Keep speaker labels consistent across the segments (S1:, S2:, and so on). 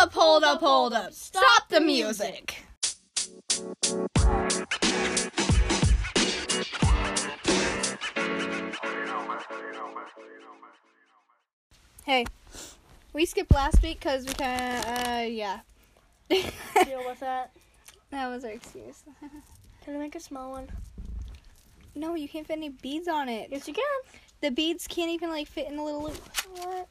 S1: up, hold up, hold up. Stop the music. Hey, we skipped last week because we kind of, uh, yeah. that
S2: Deal with that.
S1: was our excuse.
S2: Can I make a small one?
S1: no, you can't fit any beads on it.
S2: Yes, you can.
S1: The beads can't even like fit in the little loop.
S2: What?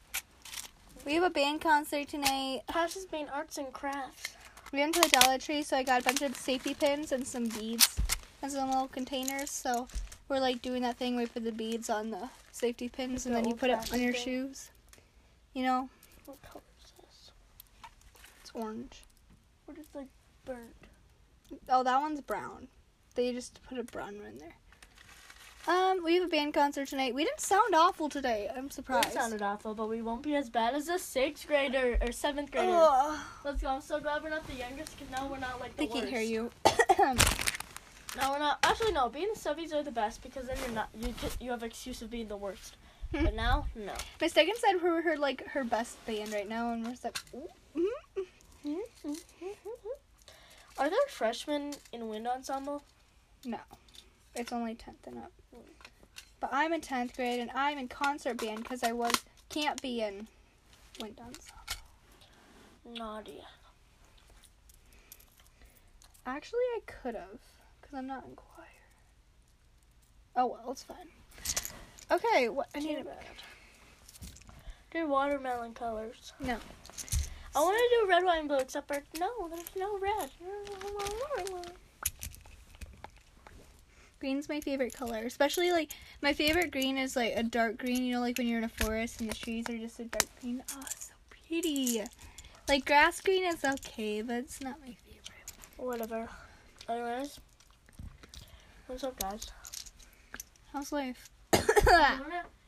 S1: We have a band concert tonight.
S2: Pass is being arts and crafts.
S1: We went to the Dollar Tree, so I got a bunch of safety pins and some beads and some little containers. So we're like doing that thing where you put the beads on the safety pins and
S2: the
S1: then you put it on
S2: old-fashioned
S1: your
S2: thing.
S1: shoes. You know,
S2: What color is this?
S1: it's orange.
S2: What is like burnt?
S1: Oh, that one's brown. They just put a brown one in there. Um, we have a band concert tonight. We didn't sound awful today. I'm surprised.
S2: It sounded awful, but we won't be as bad as a sixth grader or seventh grader.
S1: Ugh,
S2: Let's go. I'm so glad we're not the youngest because now we're not like
S1: they
S2: the
S1: can't
S2: worst.
S1: hear you.
S2: No, we're not. Actually, no. Being the subbies are the best because then you're not. You just, you have excuse of being the worst.
S1: Hmm.
S2: but now, no.
S1: Mistaken said we heard like her best band right now, and we're just like, ooh, mm,
S2: Mm-hmm. Are there freshmen in wind ensemble?
S1: No, it's only 10th and up. But I'm in 10th grade and I'm in concert band because I was can't be in wind ensemble.
S2: Nadia.
S1: Actually, I could have because I'm not in choir. Oh well, it's fine. Okay, what I need
S2: Too
S1: a
S2: bad. They're watermelon colors.
S1: No.
S2: I want to do red, wine, blue, except for no, there's no red.
S1: green's my favorite color, especially like my favorite green is like a dark green. You know, like when you're in a forest and the trees are just a dark green. Oh, it's so pretty. Like grass green is okay, but it's not my favorite.
S2: Whatever. Anyways, what's up, guys?
S1: How's life?
S2: I
S1: is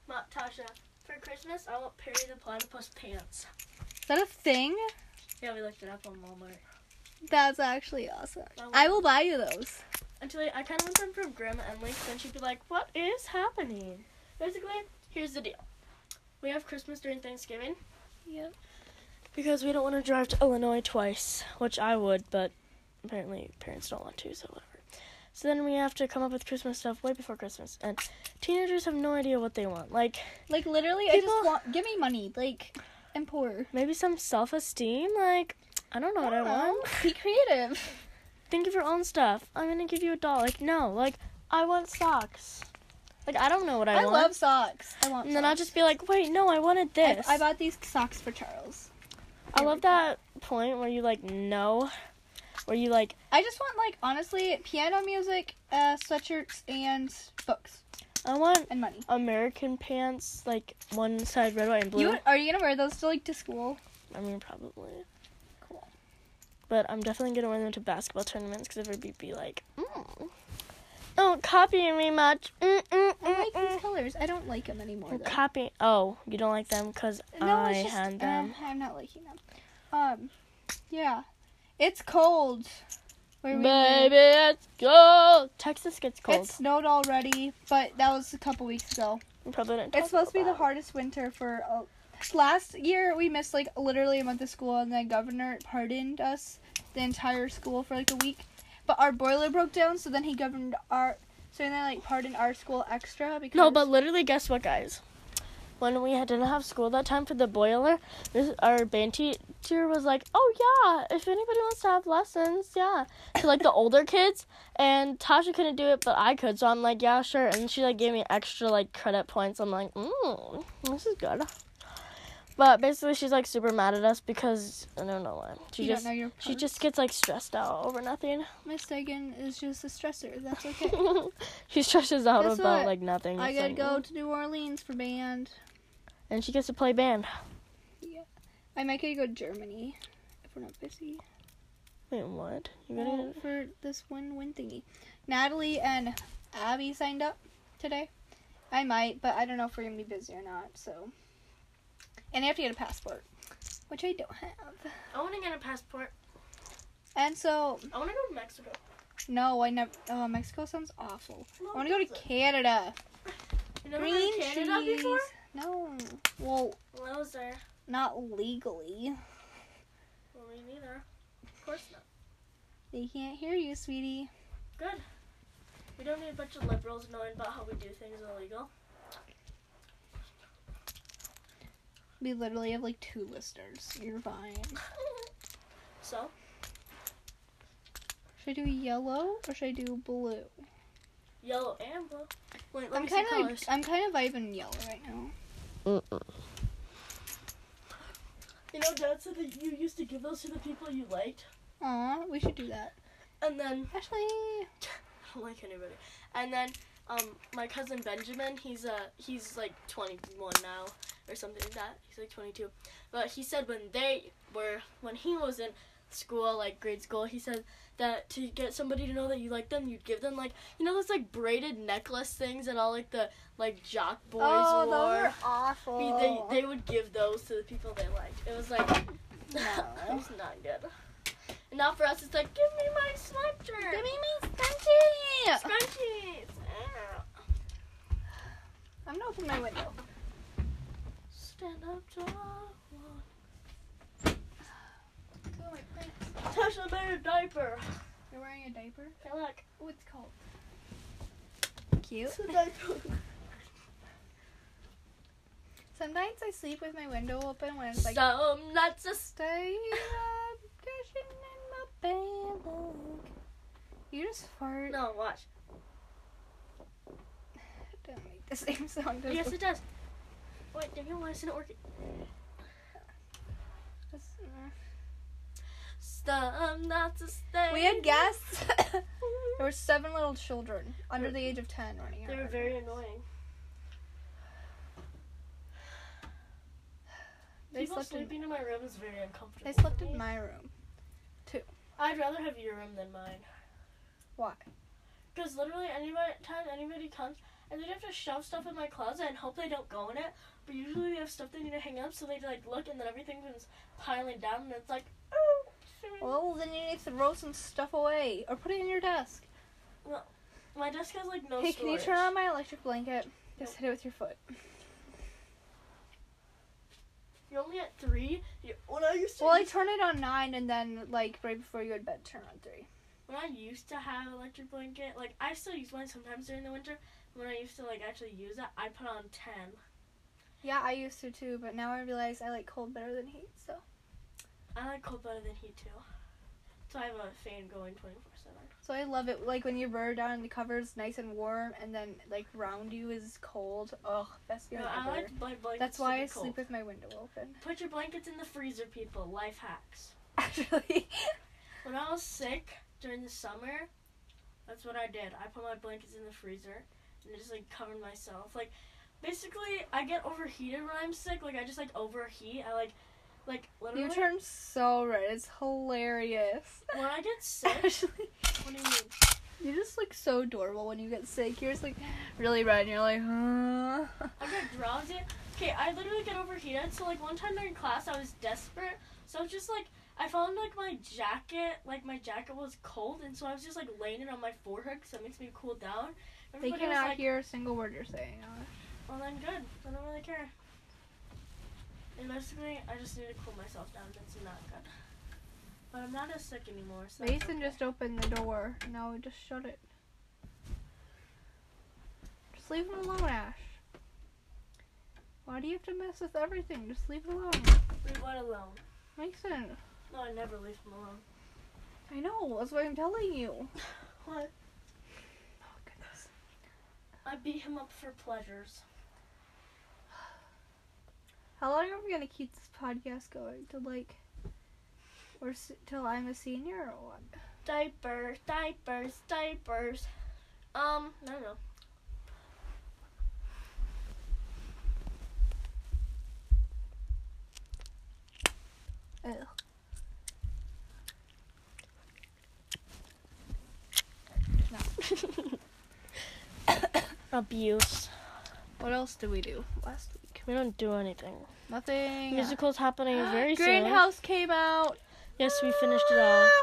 S2: want Tasha. For Christmas, I want Perry the Platypus pants.
S1: that a thing?
S2: Yeah, we looked it up on Walmart.
S1: That's actually awesome.
S2: I
S1: I will buy you those.
S2: Actually, I kind of want them from Grandma Emily, 'cause then she'd be like, "What is happening?" Basically, here's the deal: we have Christmas during Thanksgiving.
S1: Yep.
S2: Because we don't want to drive to Illinois twice, which I would, but apparently parents don't want to, so whatever. So then we have to come up with Christmas stuff way before Christmas, and teenagers have no idea what they want. Like
S1: Like literally, I
S2: People-
S1: just want give me money. Like, I'm poor.
S2: maybe some self-esteem. Like I don't know what I want.
S1: Be creative.
S2: Think of your own stuff. I'm gonna give you a doll. Like no, like I want socks. Like I don't know what I,
S1: I,
S2: want.
S1: love socks. I want.
S2: and then I'll
S1: socks.
S2: just be like, wait, no, I wanted
S1: I-
S2: this.
S1: I, bought these socks for Charles.
S2: I love that point where you like no, where you like
S1: I just want like honestly piano music, uh, sweatshirts, and books
S2: I want
S1: and money.
S2: American pants, like one side red, white, and blue.
S1: You are you gonna wear those to like to school?
S2: I mean, probably.
S1: Cool.
S2: But I'm definitely gonna wear them to basketball tournaments because everybody would be like, mm. "Don't copy me much." Mm, mm,
S1: I
S2: mm,
S1: like these
S2: mm.
S1: colors. I don't like them anymore
S2: Well,
S1: though.
S2: Copy. Oh, you don't like them because
S1: No,
S2: I
S1: it's just
S2: had
S1: uh,
S2: them.
S1: I'm not liking them. Um, yeah, it's cold. Where we live.
S2: Baby, it's cold. Texas gets cold.
S1: It snowed already, but that was a couple weeks ago.
S2: We probably didn't
S1: It's
S2: talk
S1: supposed to be the
S2: about
S1: hardest winter for. Uh, last year we missed like literally a month of school, and then governor pardoned us the entire school for like a week. But our boiler broke down, so then he governed our. So then like pardoned our school extra
S2: it.
S1: because.
S2: No, but literally, guess what, guys? When we had- didn't have school that time for the boiler, this, our band teacher was like, "Oh yeah, if anybody wants to have lessons, yeah." to like the older kids and Tasha couldn't do it but I could so I'm like yeah sure and she like gave me extra like credit points I'm like mm, this is good but basically she's like super mad at us because I don't know why she
S1: You don't
S2: just
S1: know your
S2: she
S1: parts.
S2: just gets like stressed out over nothing
S1: mistaken is just a stressor. That's okay.
S2: she stresses out
S1: Guess
S2: about
S1: what?
S2: like nothing
S1: I gotta
S2: so-
S1: go to New Orleans for band.
S2: and she gets to play band
S1: Yeah, I might gotta go to Germany if we're not busy.
S2: wait what you gotta
S1: Well, for this one win thingy. Natalie and Abby signed up today. I might, but I don't know if we're gonna be busy or not. So, and I have to get a passport, which I don't have.
S2: I wanna get a passport
S1: And so,
S2: I wanna go to Mexico
S1: no, I never. Oh, Mexico sounds awful. I want to go to Canada.
S2: you
S1: Green trees. No, well,
S2: Well, I was there
S1: not legally. They can't hear you, sweetie.
S2: Good. We don't need a bunch of liberals knowing about how we do things illegal.
S1: We literally have like two listeners. You're fine.
S2: so,
S1: Should I do yellow or should I do blue?
S2: yellow and blue. Wait, let
S1: I'm
S2: me
S1: kind
S2: see
S1: of
S2: colors.
S1: I'm kind of vibing yellow right now.
S2: You know, Dad said that you used to give those to the people you liked,
S1: Aw, we should do that.
S2: and then
S1: Ashley,
S2: I don't like anybody. And then, um, my cousin Benjamin, he's uh, he's like 21 now or something like that. He's like 22, but he said when they were when he was in school, like grade school, he said that to get somebody to know that you like them, you'd give them like you know those like braided necklace things that all like the like jock boys
S1: oh,
S2: wore.
S1: those are
S2: I
S1: awful.
S2: mean, they they would give those to the people they liked. It was like
S1: No.
S2: it's not good. And now for us, it's like give me my sweatshirt.
S1: Give me my scrunchie.
S2: Scrunchies.
S1: I'm gonna open my window.
S2: Stand up, John.
S1: Oh, my pants.
S2: Tasha made a diaper.
S1: You're wearing a diaper.
S2: Hey, look.
S1: Oh, it's cold. Cute.
S2: It's a diaper.
S1: Sometimes I sleep with my window open when it's like
S2: Some nuts just.
S1: stay up, cushion in my bed. You just fart.
S2: No, watch.
S1: Don't make the same sound. as
S2: Yes,
S1: the-
S2: it does. Wait, Daniel, why isn't it working?
S1: as- uh.
S2: Some nuts just stay.
S1: We had guests. there were seven little children under the age of ten running.
S2: They
S1: around.
S2: were very annoying.
S1: They
S2: People
S1: slept in-
S2: sleeping in my room is very uncomfortable.
S1: They slept
S2: for me.
S1: in my room.
S2: I'd rather have your room than mine.
S1: Why?
S2: Because literally, anybody time anybody comes, and they'd have to shove stuff in my closet and hope they don't go in it. But usually, they have stuff they need to hang up, so they like look, and then everything comes piling down, and it's like, oh. sorry."
S1: Well, then you need to throw some stuff away or put it in your desk.
S2: My desk has like no
S1: hey,
S2: storage.
S1: can you turn on my electric blanket? Just hit it with your foot.
S2: You're only at three. You, when I used to,
S1: Well, I
S2: use-
S1: turn it on nine, and then like right before you go to bed, turn on three.
S2: when I used to have electric blanket, like I still use mine sometimes during the winter. When I used to like actually use it, I put on ten.
S1: Yeah, I used to too, but now I realize I like cold better than heat. So
S2: I like cold better than heat too. So I have a fan going twenty four seven.
S1: So I love it. Like when you burrow down and the cover's nice and warm, and then like round you is cold. Ugh, best feeling
S2: No, I
S1: ever.
S2: like blank- blankets.
S1: That's
S2: to
S1: why
S2: be
S1: I
S2: cold.
S1: sleep with my window open.
S2: Put your blankets in the freezer, people. Life hacks.
S1: Actually,
S2: When I was sick during the summer, that's what I did. I put my blankets in the freezer and I just like covered myself. Like basically, I get overheated when I'm sick. Like I just like overheat. I like like literally
S1: you turn so red. It's hilarious.
S2: when I get sick.
S1: Actually,
S2: what do you mean?
S1: you just look so adorable when you get sick. You're just like really red, and you're like, huh.
S2: I get drowsy. Okay, I literally get overheated. So like one time during class, I was desperate. So I was just like, I found like my jacket, like my jacket was cold, and so I was just like laying it on my forehead because that makes me cool down.
S1: They
S2: Everybody was
S1: cannot
S2: like,
S1: hear a single word you're saying. huh?
S2: Well then, good. I don't really care. And basically, I just need to cool myself down. That's not good. But I'm not as sick anymore. So that's
S1: Mason
S2: okay.
S1: just opened the door. Now we just shut it. Just leave him alone, Ash. Why do you have to mess with everything? Just leave it alone.
S2: leave one alone.
S1: Mason,
S2: No, I never leave him alone.
S1: I know. That's what I'm telling you.
S2: What?
S1: Oh goodness.
S2: I beat him up for pleasures.
S1: How long are we gonna keep this podcast going? Till like, or s- till I'm a senior or what?
S2: Diapers, diapers, diapers. Um, I don't know.
S1: Ugh.
S2: Abuse.
S1: What else did we do last week?
S2: We don't do anything.
S1: Nothing.
S2: Musical's happening very soon.
S1: Greenhouse came out.
S2: Yes, we finished it all.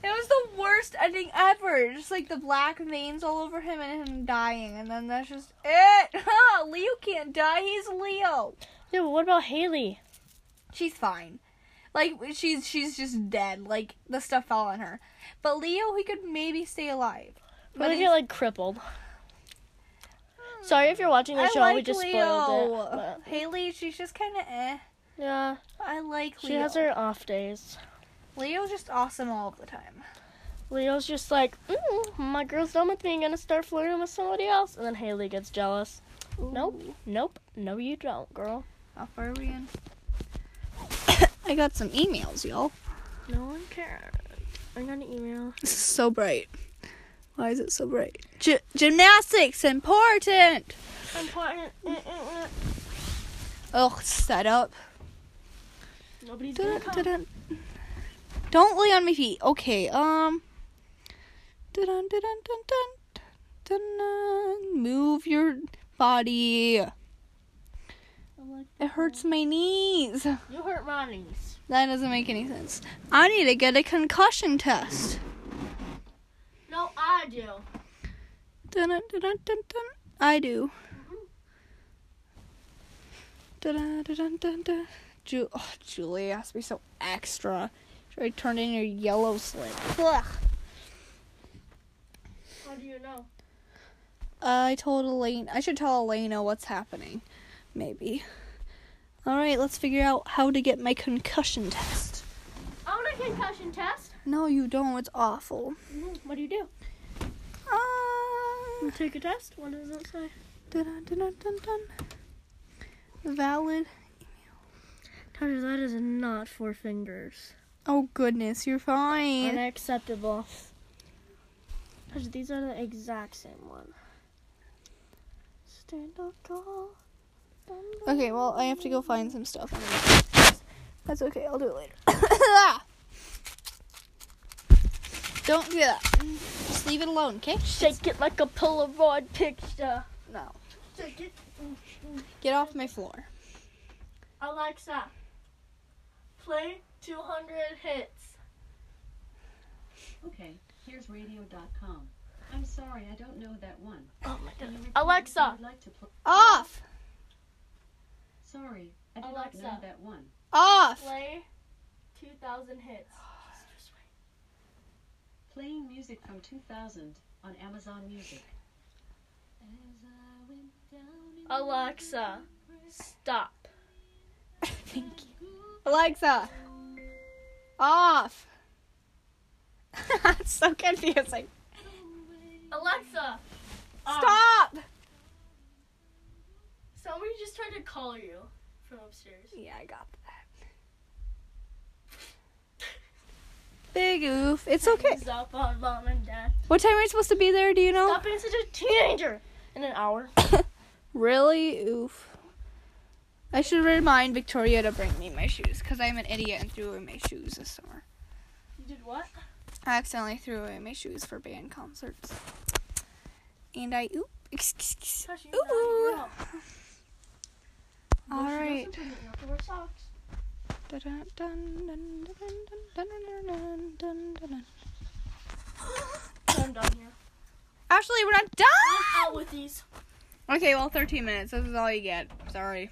S1: It was the worst ending ever. Just like the black veins all over him and him dying, and then that's just it. Leo can't die. He's Leo.
S2: Yeah, but what about Haley?
S1: She's fine. Like she's she's just dead. Like the stuff fell on her. But Leo, he could maybe stay alive.
S2: But
S1: But
S2: if
S1: he's-
S2: you're like crippled. Sorry if you're watching the
S1: I
S2: show.
S1: like
S2: we just
S1: Leo.
S2: spoiled it. but-
S1: Haley, she's just kind of eh.
S2: yeah,
S1: I like
S2: she
S1: Leo.
S2: has her off days.
S1: Leo's just awesome all of the time.
S2: Leo's just like, mm, my girl's done with me. I'm gonna start flirting with somebody else. And then Haley gets jealous. Nope.
S1: Ooh.
S2: Nope. No, you don't, girl.
S1: How far are we in? I got some emails, y'all.
S2: No one cares. I got an email.
S1: This is so bright. Why is it so bright? G- gymnastics important.
S2: Important. Mm, mm, mm.
S1: Ugh, set up.
S2: Nobody's gonna
S1: Dun,
S2: come.
S1: dun, dun. Don't lay on my feet. Okay. Um. Dun, dun, dun, dun, dun, dun, dun. Move your body. It hurts my knees.
S2: You hurt Ronnie's.
S1: That doesn't make any sense. I need to get a concussion test.
S2: No, I do.
S1: Dun, dun, dun, dun, dun. I do. Dun, dun, dun, dun, dun. Ju- oh, Julie has to be so extra. Should I turn in your yellow slip? Ugh.
S2: How do you know?
S1: I told Elaine. I should tell Elena what's happening. Maybe. All right, let's figure out how to get my concussion test.
S2: I want a concussion test.
S1: No, you don't. It's awful.
S2: Mm, What do you do?
S1: Ah.
S2: take a test. What does it say?
S1: Dun, dun, dun, dun, dun. Valid.
S2: Tyler, that is not four fingers.
S1: Oh goodness, you're fine.
S2: Unacceptable. Tyler, these are the exact same one. Stand up tall.
S1: Okay, well I have to go find some stuff. anyway. That's okay. I'll do it later. don't do that. Just leave it alone, okay?
S2: Shake it like a Polaroid picture.
S1: No.
S2: Shake it. Mm,
S1: Get off my floor.
S2: Alexa, play 200 hits.
S3: Okay, here's radio.com. I'm sorry, I don't know that one.
S2: Oh my
S3: Can you
S2: god.
S3: repeat if you
S2: Alexa,
S3: would like to pl-
S1: Off.
S3: sorry, I do not
S2: Alexa.
S3: know that one.
S1: Off.
S2: play 2,000 hits.
S3: Playing music from 2000 on Amazon Music. As I went down in
S2: Alexa, stop.
S1: Thank you. Alexa. Off. it's so confusing.
S2: Alexa, um,
S1: Stop.
S2: Somebody just tried to call you from upstairs.
S1: Yeah, I got that. Big oof. It's okay.
S2: Hands up on mom and dad.
S1: What time are we supposed to be there? Do you know?
S2: Stop being such a teenager. In an hour.
S1: Really? Oof. I should remind Victoria to bring me my shoes because I'm an idiot and threw away my shoes this summer.
S2: You did what?
S1: I accidentally threw away my shoes for band concerts. And I oop.
S2: Sasha, you're not a
S1: Ooh.
S2: girl.
S1: All
S2: Well, she
S1: right.
S2: doesn't put it in her socks.
S1: Dun, dun, dun, dun, dun, dun, dun, dun, dun, dun.
S2: I'm done here.
S1: Ashley, we're not
S2: I'm
S1: done!
S2: out with these.
S1: Okay, well, 13 minutes. This is all you get. Sorry.